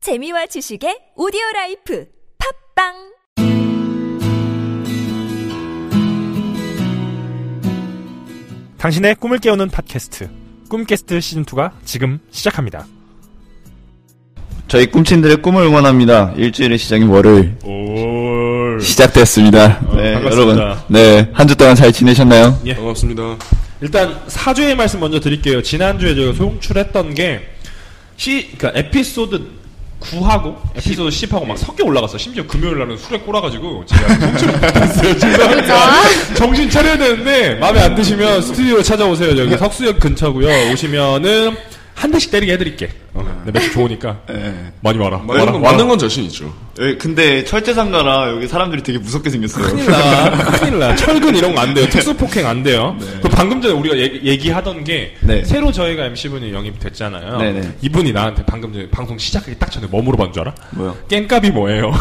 재미와 지식의 오디오 라이프 팝빵 당신의 꿈을 깨우는 팟캐스트 꿈캐스트 시즌 2가 지금 시작합니다. 저희 꿈친들의 꿈을 응원합니다. 일주일의 시작인 월요일 올. 시작됐습니다. 네, 반갑습니다. 여러분. 네, 한 주 동안 잘 지내셨나요? 반갑습니다. 일단 사주의 말씀 먼저 드릴게요. 지난주에 저희가 송출했던 게 시, 그러니까 에피소드 9하고 에피소드 10하고 막 섞여 올라갔어. 심지어 금요일 날은 술에 꼬라가지고 제가 송출을 못했어요. 죄송합니다. 정신 차려야 되는데 마음에 안 드시면 스튜디오로 찾아오세요. 여기 석수역 근처고요. 오시면은 한 대씩 때리게 해드릴게. 네, 맥주 좋으니까 많이 와라. 와라, 와라. 맞는 건 자신 있죠. 여기 예, 근데 철제상가라 여기 사람들이 되게 무섭게 생겼어요. 큰일 나. 큰일 나. 철근 이런 거 안 돼요. 특수 폭행 안 돼요. 그 방금 전에 우리가 얘기, 하던게 네. 새로 저희가 MC분이 영입됐잖아요. 네네. 이분이 나한테 방금 전에 방송 시작하기 딱 전에 뭐 물어본 줄 알아? 뭐요? 깽값이 뭐예요?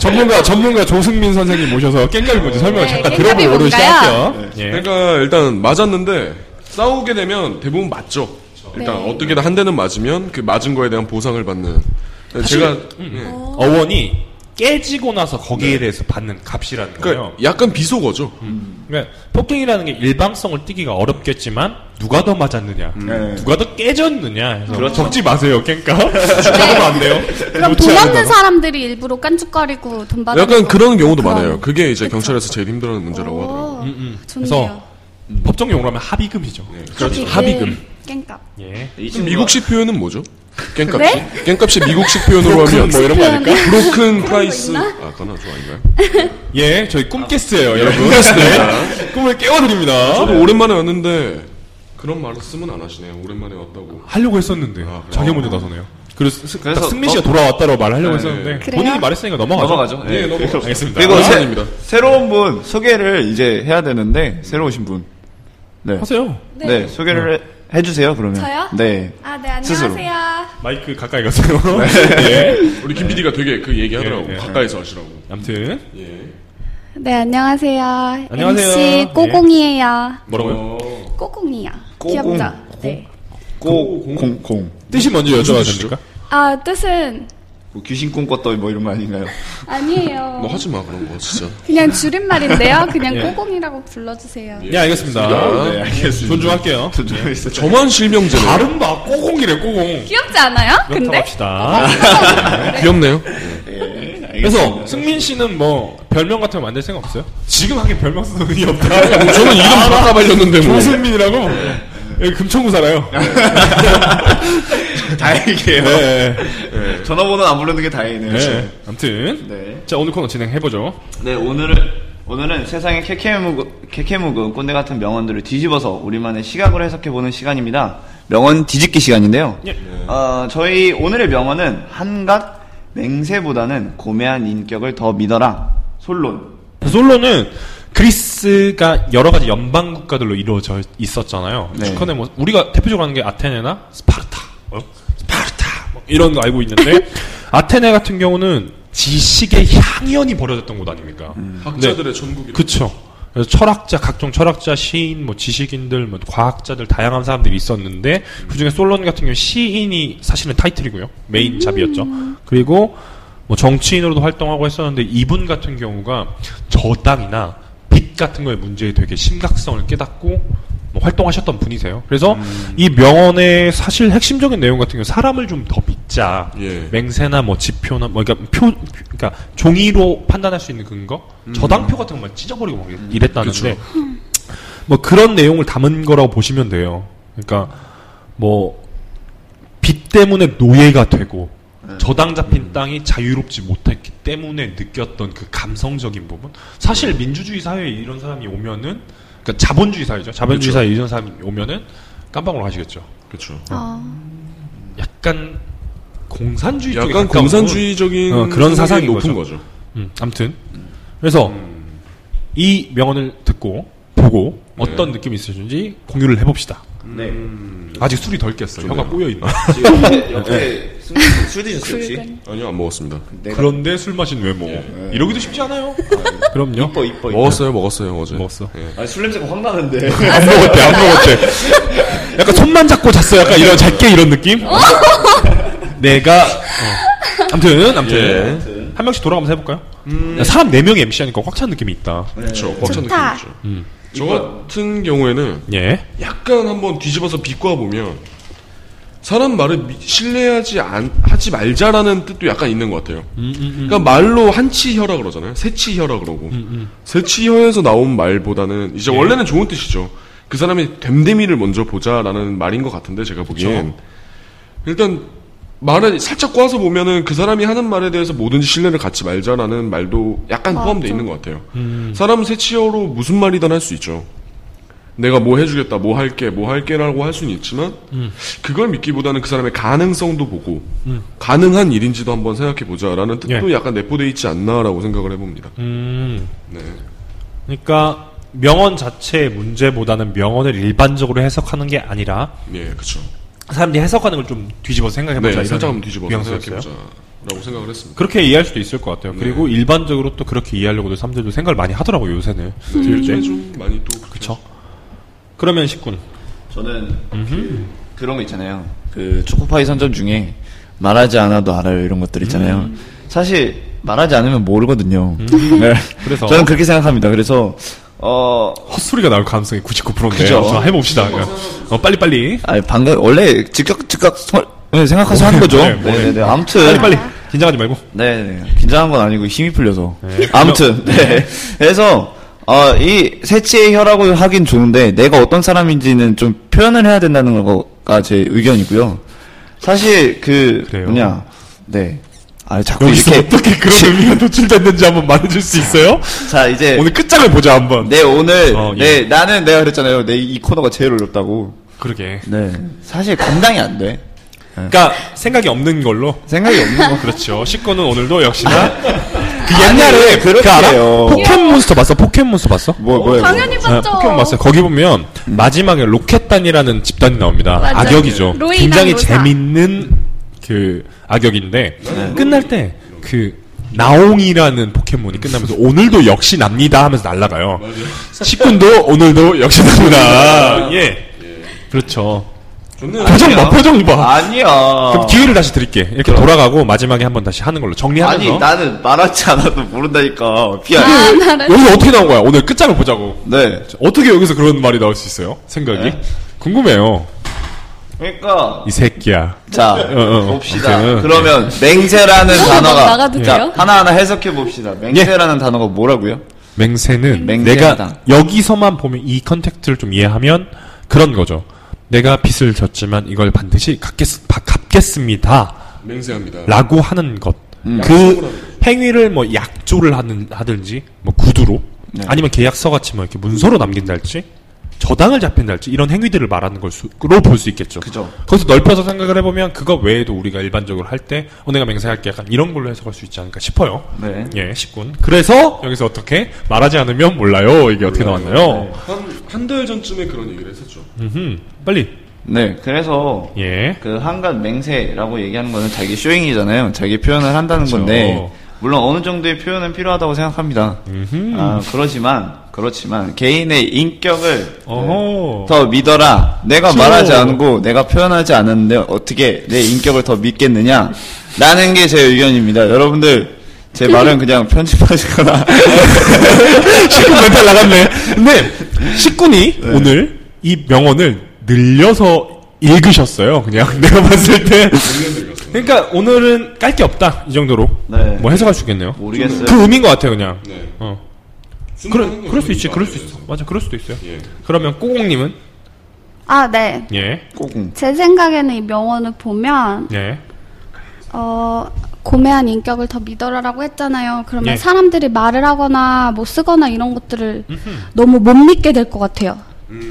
전문가 전문가 조승민 선생님 모셔서 깽값이 뭔지 설명을 네, 잠깐 깽값이 들어보도록 뭔가요? 시작할게요. 네. 예. 그러니까 일단 맞았는데 싸우게 되면 대부분 맞죠. 일단 네. 어떻게든 한 대는 맞으면 그 맞은 거에 대한 보상을 받는. 네, 제가 음. 예. 어원이 깨지고 나서 거기에 네. 대해서 받는 값이라는 그러니까 거예요. 약간 비속어죠. 그러니까 폭행이라는 게 일방성을 띠기가 어렵겠지만 누가 더 맞았느냐, 음. 네. 누가 더 깨졌느냐 해서 그렇죠. 적지 마세요, 깽까 적어도 안 돼요. 네. 그럼 돈 없는 사람들이 일부러 깐죽거리고 돈 받는 약간 거. 그런 경우도 그런- 많아요. 그게 이제 그쵸. 경찰에서 제일 힘들어하는 문제라고 하더라고요. 어, 좋네요. 그래서 법정 용어로 하면 합의금이죠. 그렇죠. 합의금. 깽값. 예. 음. 그럼 미국식 표현은 뭐죠? 깽값이? 네? 깽값이 미국식 표현으로 하면 뭐 이런 거 아닐까? 브로큰 프라이스. 거 있나? 아, 그건 아주 아닌가요? 예, 저희 꿈캐스예요, 여러분. 네. 꿈을 깨워드립니다. 저도 오랜만에 왔는데 그런 말을 쓰면 안 하시네요. 오랜만에 왔다고. 하려고 했었는데 그래요? 자기 먼저 나서네요. 그래서, 스, 그래서 딱 승민 씨가 너- 돌아왔다로 말하려고 네. 했었는데 그래요? 본인이 말했으니까 넘어가죠. 넘어가죠. 예. 예, 넘어가죠. 알겠습니다. 그리고 아, 새, 아닙니다. 새로운 분 소개를 이제 해야 되는데 새로 오신 분. 네. 하세요. 네, 소개를 해 주세요. 그러면. 아, 저요? 네. 아, 네, 스스로. 안녕하세요. 마이크 가까이 가세요. 예. 우리 김 PD가 되게 그 얘기하더라고. 예, 예. 가까이서 하시라고. 아무튼 예. 네, 안녕하세요. 안녕하세요. 네. MC 꼬공이에요. 뭐라고요? 꼬공이야. 꼬공. 귀엽죠? 네. 꼬공공. 뜻이 먼저 여쭤봐도 뜻이죠? 됩니까? 아, 뜻은 뭐 귀신 꿈꿨다 뭐 이런 거 아닌가요? 너 아니에요. 하지 마 그런 거 진짜. 뭐 그냥 줄임말인데요. 그냥 뭐? 예. 꼬공이라고 불러주세요. 예, 알겠습니다. 알겠습니다. 네, 알겠습니다. 존중할게요. 존중하고 있어요. 저만 실명제네. 요 발음 봐, 꼬공이래, 꼬공. 귀엽지 않아요? 근데? 합시다. 귀엽네요. 그래서 승민 씨는 뭐 별명 같은 거 만들 생각 없어요? 지금 하기 별명 쓰는 의미 없다. 저는 이름 다 까발렸는데 뭐. 조승민이라고 여기 금천구 네. 살아요. 다행이에요. 네. 전화번호 안 부르는 게 다행이네요. 네. 아무튼 네. 자 오늘 코너 진행해 보죠. 네 오늘은 오늘은 세상의 케케묵은 케케묵은 꼰대 같은 명언들을 뒤집어서 우리만의 시각으로 해석해 보는 시간입니다. 명언 뒤집기 시간인데요. 예. 어, 저희 오늘의 명언은 한갓 맹세보다는 고매한 인격을 더 믿어라. 솔론. 솔로는 그리스가 여러 가지 연방 국가들로 이루어져 있었잖아요. 네. 축하네 뭐 우리가 대표적으로 하는 게 아테네나 스파르타, 어? 스파르타 뭐 이런 거 알고 있는데 아테네 같은 경우는 지식의 향연이 벌어졌던 곳 아닙니까? 학자들의 전국이. 그쵸. 그래서 철학자, 각종 철학자, 시인, 뭐 지식인들, 뭐 과학자들 다양한 사람들이 있었는데 그중에 솔론 같은 경우 는 시인이 사실은 타이틀이고요 메인 잡이었죠. 그리고 뭐 정치인으로도 활동하고 했었는데 이분 같은 경우가 저당이나 빚 같은 거의 문제에 되게 심각성을 깨닫고 뭐 활동하셨던 분이세요. 그래서 이 명언의 사실 핵심적인 내용 같은 경우 사람을 좀 더 믿자. 예. 맹세나 뭐 지표나 뭐 그러니까 표 그러니까 종이로 판단할 수 있는 근거 음. 저당표 같은 것만 찢어버리고 막 이랬- 이랬다는데 뭐 그런 내용을 담은 거라고 보시면 돼요. 그러니까 뭐 빚 때문에 노예가 되고 네. 저당 음. 잡힌 땅이 자유롭지 못했기 때문에 느꼈던 그 감성적인 부분. 네. 사실 민주주의 사회에 이런 사람이 오면은 그러니까 자본주의 사회죠. 자본주의 사회에 이런 사람이 오면은 깜빡으로 가시겠죠. 그렇죠. 어, 약간 공산주의 쪽에 약간 가까운 공산주의적인 어, 그런 사상인 성격이 높은 거죠. 음, 아무튼 그래서 이 명언을 듣고 보고 어떤 느낌이 있으신지 공유를 해봅시다. 네. 아직 술이 덜 깼어요. 혀가 꼬여 있나? 지금 옆에 술 드셨어요 붉은. 아니요 안 먹었습니다. 네. 그런데 술 마신 외모 이러기도 쉽지 않아요. 그럼요. 이뻐 이뻐. 먹었어요 먹었어요 어제. 먹었어. 예. 아, 술 냄새가 확 나는데. 안 먹었대. 안 먹었대. 약간 손만 잡고 잤어. 약간 이런 작게 이런 느낌. 내가 어. 아무튼 아무튼 예. 한 명씩 돌아가면서 해볼까요? 음. 사람 4 명이 MC 하니까 꽉 찬 느낌이 있다. 네. 그렇죠. 꽉찬 좋다. 느낌이죠. 저 같은 경우에는 예. 약간 한번 뒤집어서 비꼬아 보면 사람 말을 미- 신뢰하지 안 하지 말자라는 뜻도 약간 있는 것 같아요. 그러니까 말로 한치혀라 그러잖아요. 세치혀라 그러고 세치혀에서 나온 말보다는 이제 원래는 좋은 뜻이죠. 그 사람의 됨됨이를 먼저 보자라는 말인 것 같은데 제가 보기엔 일단 말을 살짝 꼬아서 보면은 그 사람이 하는 말에 대해서 뭐든지 신뢰를 갖지 말자라는 말도 약간 포함되어 있는 것 같아요. 사람 세치어로 무슨 말이든 할 수 있죠. 내가 뭐 해주겠다, 뭐 할게, 뭐 할게라고 할 수는 있지만 음. 그걸 믿기보다는 그 사람의 가능성도 보고 가능한 일인지도 한번 생각해 보자라는 뜻도 예. 약간 내포돼 있지 않나라고 생각을 해봅니다. 음. 네. 그러니까 명언 자체의 문제보다는 명언을 일반적으로 해석하는 게 아니라 예, 그렇죠. 사람들이 해석하는 걸 좀 뒤집어서 생각해보자. 네, 이런 살짝 한번 뒤집어서 뉘앙스였어요. 생각해 보자라고 네. 생각을 했습니다. 그렇게 이해할 수도 있을 것 같아요. 그리고 일반적으로 또 그렇게 이해하려고도 사람들도 생각을 많이 하더라고요, 요새는. 그래서 네. 요즘에 좀 많이 또 그쵸? 그러면 식군. 저는 그, 그런 거 있잖아요. 그 초코파이 선전 중에 말하지 않아도 알아요 이런 것들 있잖아요. 음. 사실 말하지 않으면 모르거든요. 네. 그래서? 저는 그렇게 생각합니다. 그래서 어 헛소리가 나올 가능성이 99%인데. 그죠. 자, 해봅시다. 어, 네. 빨리빨리. 아니 방금 원래 즉각 즉각 설- 네, 생각해서 하는 거죠. 네, 뭐, 네네네. 네. 아무튼 빨리빨리. 긴장하지 말고. 네네 긴장한 건 아니고 힘이 풀려서 아무튼 네 그래서 어, 이 세치의 혀라고 하긴 좋은데 내가 어떤 사람인지는 좀 표현을 해야 된다는 거가 제 의견이고요 사실 그 그래요? 뭐냐 네아 자꾸 여기서 이렇게 어떻게 그런 네. 의미가 노출됐는지 한번 말해줄 수 있어요? 자 이제 오늘 끝장을 보자, 한번. 내 오늘 어, 네 나는 내가 그랬잖아요 내 이 코너가 제일 어렵다고 그러게. 네 사실 감당이 안 돼 네. 그러니까 생각이 없는 걸로. 생각이 없는 거 그렇죠. 식군은 오늘도 역시나. 그 아니, 그렇게 해요. 어? 포켓몬스터 봤어? 포켓몬스터 봤어? 뭐 뭐예요 당연히 네, 봤죠. 포켓몬 봤어요. 거기 보면 마지막에 로켓단이라는 집단이 나옵니다. 맞아요. 악역이죠 로이랑 굉장히 로사. 재밌는 그 악역인데 끝날 때 그 나옹이라는 포켓몬이 끝나면서 오늘도 역시 납니다 하면서 날아가요. 식군도 오늘도 역시 납니다. 예. 그렇죠. 저는 표정 봐, 표정 봐. 아니야 그럼 기회를 다시 드릴게. 이렇게 돌아가고 마지막에 한번 다시 하는 걸로 정리하면서. 아니 나는 말하지 않아도 모른다니까 피할 아. 음, 여기서 어떻게 나온 거야? 오늘 끝장을 보자고. 네 어떻게 여기서 그런 말이 나올 수 있어요? 생각이? 네. 궁금해요. 그러니까 이 새끼야. 자 어, 봅시다. 오케이. 그러면 맹세라는 단어가 뭐 나가도 자 돼요? 하나하나 해석해 봅시다. 예. 맹세라는 단어가 뭐라고요? 맹세는 맹세하다. 내가 여기서만 보면 이 컨택트를 좀 이해하면 그런 거죠. 내가 빚을 졌지만 이걸 반드시 갚겠, 바- 갚겠습니다. 맹세합니다. 라고 하는 것. 음. 그 행위를 뭐 약조를 하는, 하든지, 뭐 구두로, 네. 아니면 계약서 같이 뭐 이렇게 문서로 남긴달지, 저당을 잡힌달지, 이런 행위들을 말하는 걸로 볼 수 있겠죠. 그죠. 거기서 넓혀서 생각을 해보면 그거 외에도 우리가 일반적으로 할 때 어, 내가 맹세할게 약간 이런 걸로 해석할 수 있지 않을까 싶어요. 네. 예, 10군. 그래서 여기서 어떻게 말하지 않으면 몰라요. 이게 어떻게 나왔나요? 한한 달 전쯤에 그런 얘기를 했었죠. 음흠. 빨리. 네. 그래서 예. 네. 그 한간 맹세라고 얘기하는 거는 자기 쇼잉이잖아요. 자기 표현을 한다는 건데 물론 어느 정도의 표현은 필요하다고 생각합니다. 아, 그러지만 그렇지만 개인의 인격을 어허. 더 믿어라. 내가 그렇죠. 말하지 않고 내가 표현하지 않았는데 어떻게 내 인격을 더 믿겠느냐? 라는 게 제 의견입니다. 여러분들 제 말은 그냥 편집하시거나 10군 멘탈 나갔네. 네. 10군이 오늘 이 명언을 늘려서 읽으셨어요. 그냥 내가 봤을 때. 그러니까 오늘은 깔 게 없다. 이 정도로. 네. 뭐 해석할 수 있겠네요. 모르겠어요. 그 의미인 것 같아요, 그냥. 네. 어. 순간인 그럴, 거죠, 그럴 수 있지, 이거 그럴 수 안에서. 있어. 맞아, 그럴 수도 있어요. 예. 그러면 꼬공님은? 아, 네. 예. 꼭 제 생각에는 이 명언을 보면 예. 어, 고매한 인격을 더 믿어라라고 했잖아요. 그러면 예. 사람들이 말을 하거나 뭐 쓰거나 이런 것들을 너무 못 믿게 될 것 같아요. 음.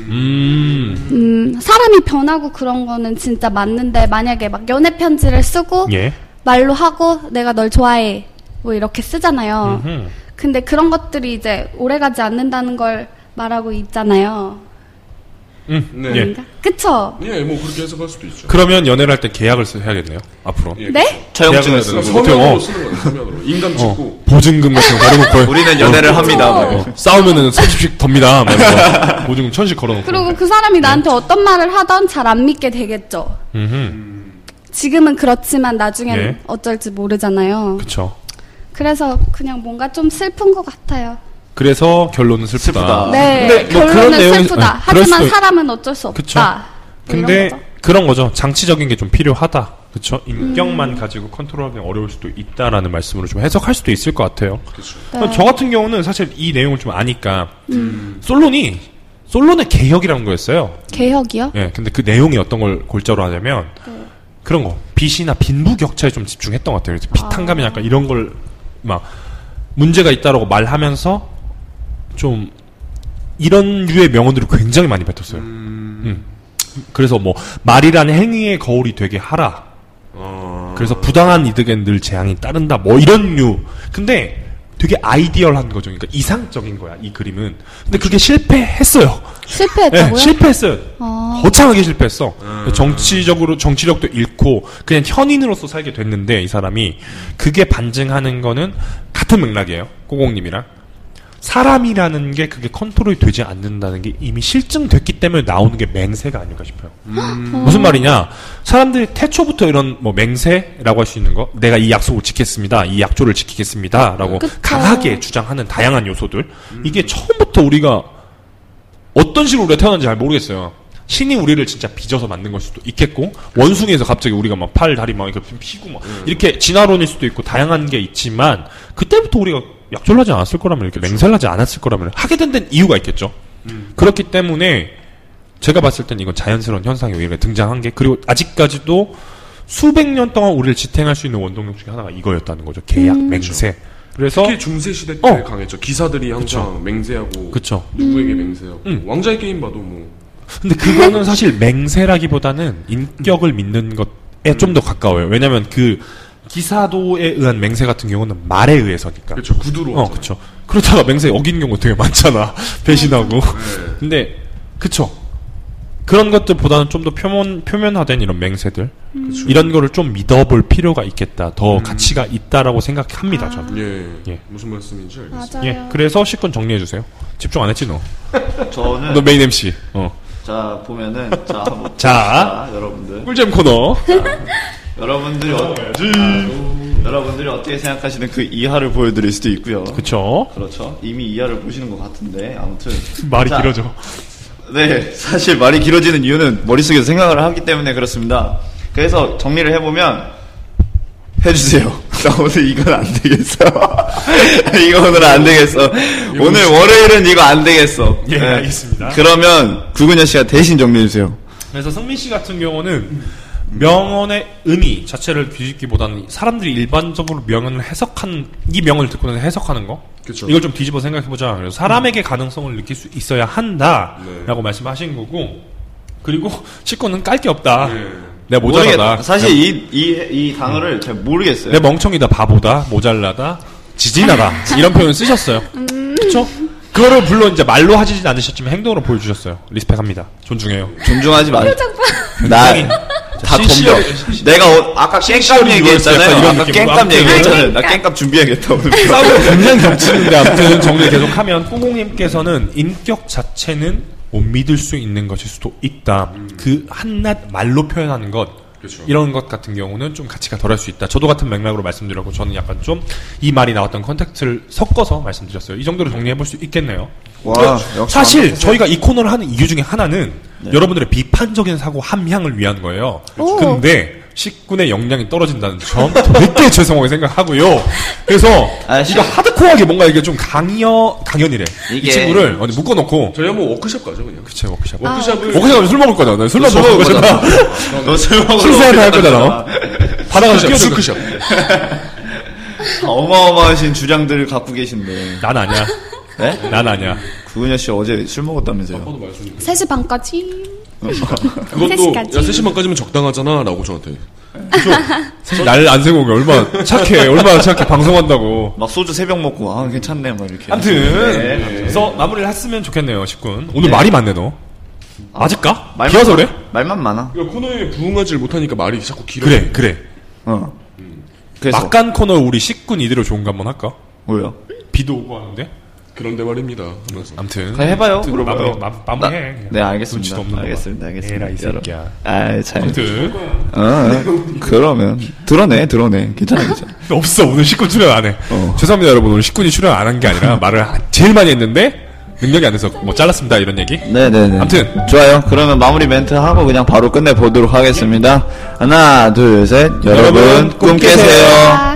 음, 사람이 변하고 그런 거는 진짜 맞는데 만약에 막 연애 편지를 쓰고 예. 말로 하고 내가 널 좋아해 뭐 이렇게 쓰잖아요. 음. 근데 그런 것들이 이제 오래가지 않는다는 걸 말하고 있잖아요. 음. 네. 예. 아닌가? 그쵸? 예, 뭐 그렇게 해석할 수도 있죠. 그러면 연애를 할 때 계약을 써- 해야겠네요. 앞으로. 예, 네? 처형증을 해야 되나? 쓰고 그러니까 보통, 서면으로 어. 쓰는 거예요. 서면으로 인감 찍고 어. 보증금 같은 거 걸어놓고. 우리는 연애를 어, 합니다. 어, 뭐. 어. 싸우면은 30씩 덥니다. 막 이런 거. 보증금 천씩 걸어놓고. 그리고 그 사람이 나한테 어떤 말을 하던 잘 안 믿게 되겠죠. 음. 지금은 그렇지만 나중엔 예. 어쩔지 모르잖아요. 그쵸. 그래서 그냥 뭔가 좀 슬픈 것 같아요. 그래서 결론은 슬프다. 슬프다. 아, 네, 근데 뭐 그런 결론은 내용이- 슬프다. 네, 그럴 하지만 수도 있- 사람은 어쩔 수 없다. 그쵸. 뭐 이런 근데 거죠. 음. 그런 거죠. 장치적인 게 좀 필요하다. 그쵸. 인격만 가지고 컨트롤하기 어려울 수도 있다라는 말씀으로 좀 해석할 수도 있을 것 같아요. 네. 음. 저 같은 경우는 사실 이 내용을 좀 아니까 솔론이 솔론의 개혁이라는 거였어요. 개혁이요? 예, 근데 그 내용이 어떤 걸 골자로 하냐면 그런 거 빚이나 빈부 격차에 좀 집중했던 것 같아요. 그래서 비탄감이나 약간 이런 걸 막 문제가 있다라고 말하면서 좀 이런 류의 명언들을 굉장히 많이 뱉었어요. 음. 그래서 뭐 말이라는 행위의 거울이 되게 하라. 아, 그래서 부당한 이득엔 늘 재앙이 따른다. 뭐 이런 류. 근데 되게 아이디얼한 거죠. 그러니까 이상적인 거야 이 그림은. 근데 그게 실패했어요. 실패했다고요? 예, 실패했어요. 아. 거창하게 실패했어. 정치적으로 정치력도 잃고 그냥 현인으로서 살게 됐는데 이 사람이 그게 반증하는 거는 같은 맥락이에요. 꼬공님이랑 사람이라는 게 그게 컨트롤이 되지 않는다는 게 이미 실증됐기 때문에 나오는 게 맹세가 아닐까 싶어요. 무슨 말이냐? 사람들이 태초부터 이런 뭐 맹세라고 할 수 있는 거, 내가 이 약속을 지켰습니다, 이 약조를 지키겠습니다라고 그쵸. 강하게 주장하는 다양한 요소들 이게 처음부터 우리가 어떤 식으로 우리가 태어난지 잘 모르겠어요. 신이 우리를 진짜 빚어서 만든 걸 수도 있겠고 원숭이에서 갑자기 우리가 막 팔 다리 막 이렇게 피고 막 이렇게 진화론일 수도 있고 다양한 게 있지만 그때부터 우리가 약졸하지 않았을 거라면 이렇게 맹살하지 않았을 거라면 하게 된 데는 이유가 있겠죠. 그렇기 때문에 제가 봤을 땐 이건 자연스러운 현상이 오히려 등장한 게 그리고 아직까지도 수백 년 동안 우리를 지탱할 수 있는 원동력 중에 하나가 이거였다는 거죠. 계약, 맹세. 그래서 특히 중세 시대 때 어. 강했죠. 기사들이 항상 맹세하고 그쵸. 누구에게 맹세하고 음. 왕자의 게임 봐도 뭐 근데 그거는 사실 맹세라기보다는 인격을 믿는 것에 좀 더 가까워요. 왜냐면 그 기사도에 의한 맹세 같은 경우는 말에 의해서니까. 그렇죠 구두로 어, 하잖아요. 그쵸. 그렇다가 맹세 어기는 경우 되게 많잖아. 배신하고. 근데, 그쵸. 그런 것들보다는 좀 더 표면, 표면화된 이런 맹세들. 이런 거를 좀 믿어볼 필요가 있겠다. 더 가치가 있다라고 생각합니다, 저는. 예. 예. 무슨 말씀인지 알겠습니다. 맞아요. 예. 그래서 시권 정리해주세요. 집중 안 했지, 너. 저는 너 메인 MC. 어. 자 보면은 자 한번 자. 봅시다, 여러분들 꿀잼 코너. 여러분들이 어, 아, 여러분들이 어떻게 생각하시는 그 이하를 보여드릴 수도 있고요. 그쵸. 그렇죠. 이미 이하를 보시는 것 같은데 아무튼 말이 자, 길어져. 네, 사실 말이 길어지는 이유는 머릿속에서 생각을 하기 때문에 그렇습니다. 그래서 정리를 해보면 해주세요. 나 오늘 이건 안 되겠어. 이거 오늘 안 되겠어. 오늘 월요일은 이거 안 되겠어. 네. 예, 알겠습니다. 그러면 구근현 씨가 대신 정리해주세요. 그래서 승민 씨 같은 경우는 명언의 의미 자체를 뒤집기보다는 사람들이 일반적으로 명언을 해석하는 이 명언을 듣고는 해석하는 거 그쵸. 이걸 좀 뒤집어 생각해보자 그래서 사람에게 가능성을 느낄 수 있어야 한다라고 말씀하신 거고 그리고 치권은 깔 게 없다 내가 모자라다 네. 모르겠- 사실 이, 이, 이 단어를 잘 모르겠어요. 내 멍청이다, 바보다, 모자라다, 지진하다 이런 표현 쓰셨어요. 그렇죠? 그거를 물론 이제 말로 하시진 않으셨지만 행동으로 보여주셨어요. 리스펙합니다. 존중해요. 존중하지 마. 나. 다 덤벼. 신시어리- 내가 어- 아까 깽값 신시어리 얘기했잖아요. 이런 아까 느낌으로 깽값 아무튼. 얘기했잖아요. 나 깽값 준비해야겠다. 오늘. 뭐, 굉장히 겹치는데 아무튼 정리 계속하면 꾸공님께서는 인격 자체는 못 믿을 수 있는 것일 수도 있다. 그 한낱 말로 표현하는 것. 음. 그렇죠. 이런 것 같은 경우는 좀 가치가 덜할 수 있다. 저도 같은 맥락으로 말씀드렸고 저는 약간 좀 이 말이 나왔던 컨텍스트를 섞어서 말씀드렸어요. 이 정도로 정리해 볼 수 있겠네요. 와, 역시 네. 사실 저희가 이 코너를 하는 이유 중에 하나는 여러분들의 비판적인 사고 함양을 위한 거예요. 오. 근데 네, 식군의 역량이 떨어진다는 점 되게 죄송하게 생각하고요. 그래서 아, 식- 이거 하드코어하게 뭔가 이게 좀 강연 강연이래. 이 이게- 친구를 어디 묶어놓고 저희 한번 뭐 워크숍 가죠 그냥. 그치 워크샵. 워크숍을 워크샵은 술 먹을 거잖아. 술 먹을 먹을 거잖아. 뭐, 너술 먹으러 술사를 할 거잖아. 받아가서 워크숍, 뛰어들 워크숍. 어마어마하신 주장들을 갖고 계신데. 난 아니야. 네? 난 아니야. 구은여 씨 어제 술 먹었다면서요? 아까도 말씀. 3시 반까지. 그것도 세시까지. 야 3시만까지면 적당하잖아라고 저한테. 사실 날 안 세고 온게 얼마나 착해. 얼마나 착해. 방송한다고. 막 소주 세 병 먹고 아 괜찮네 막 이렇게. 아무튼 네. 그래서 마무리를 했으면 좋겠네요, 식군. 오늘 말이 많네 너. 아직까? 말만 비와서 그래? 말만 많아. 그러니까 코너에 부응하지를 못하니까 말이 자꾸 길어. 그래, 그래. 어. 그래서 막간 코너 우리 식군 이대로 좋은 거 한번 할까? 뭐요? 비도 오고 하는데 그런데 말입니다. 하면서. 아무튼 그냥 네, 해봐요. 마무리 물어봐요. 마- 마무리해. 나- 그냥. 네, 알겠습니다. 눈치도 없는 거. 알겠습니다. 알겠습니다. 에라 이 여러분. 새끼야. 아, 잘. 아무튼 어, 어. 그러면 드러내, 드러내. 괜찮아, 괜찮아. 없어 오늘 19 출연 안 해. 어. 죄송합니다 여러분 오늘 19이 출연 안 한 게 아니라 말을 하- 제일 많이 했는데 능력이 안 돼서 뭐 잘랐습니다 이런 얘기. 네, 네, 네. 아무튼. 좋아요. 그러면 마무리 멘트 하고 그냥 바로 끝내 보도록 하겠습니다. 하나, 둘, 셋. 여러분, 여러분, 꿈 꿈 깨세요. 깨세요. 아.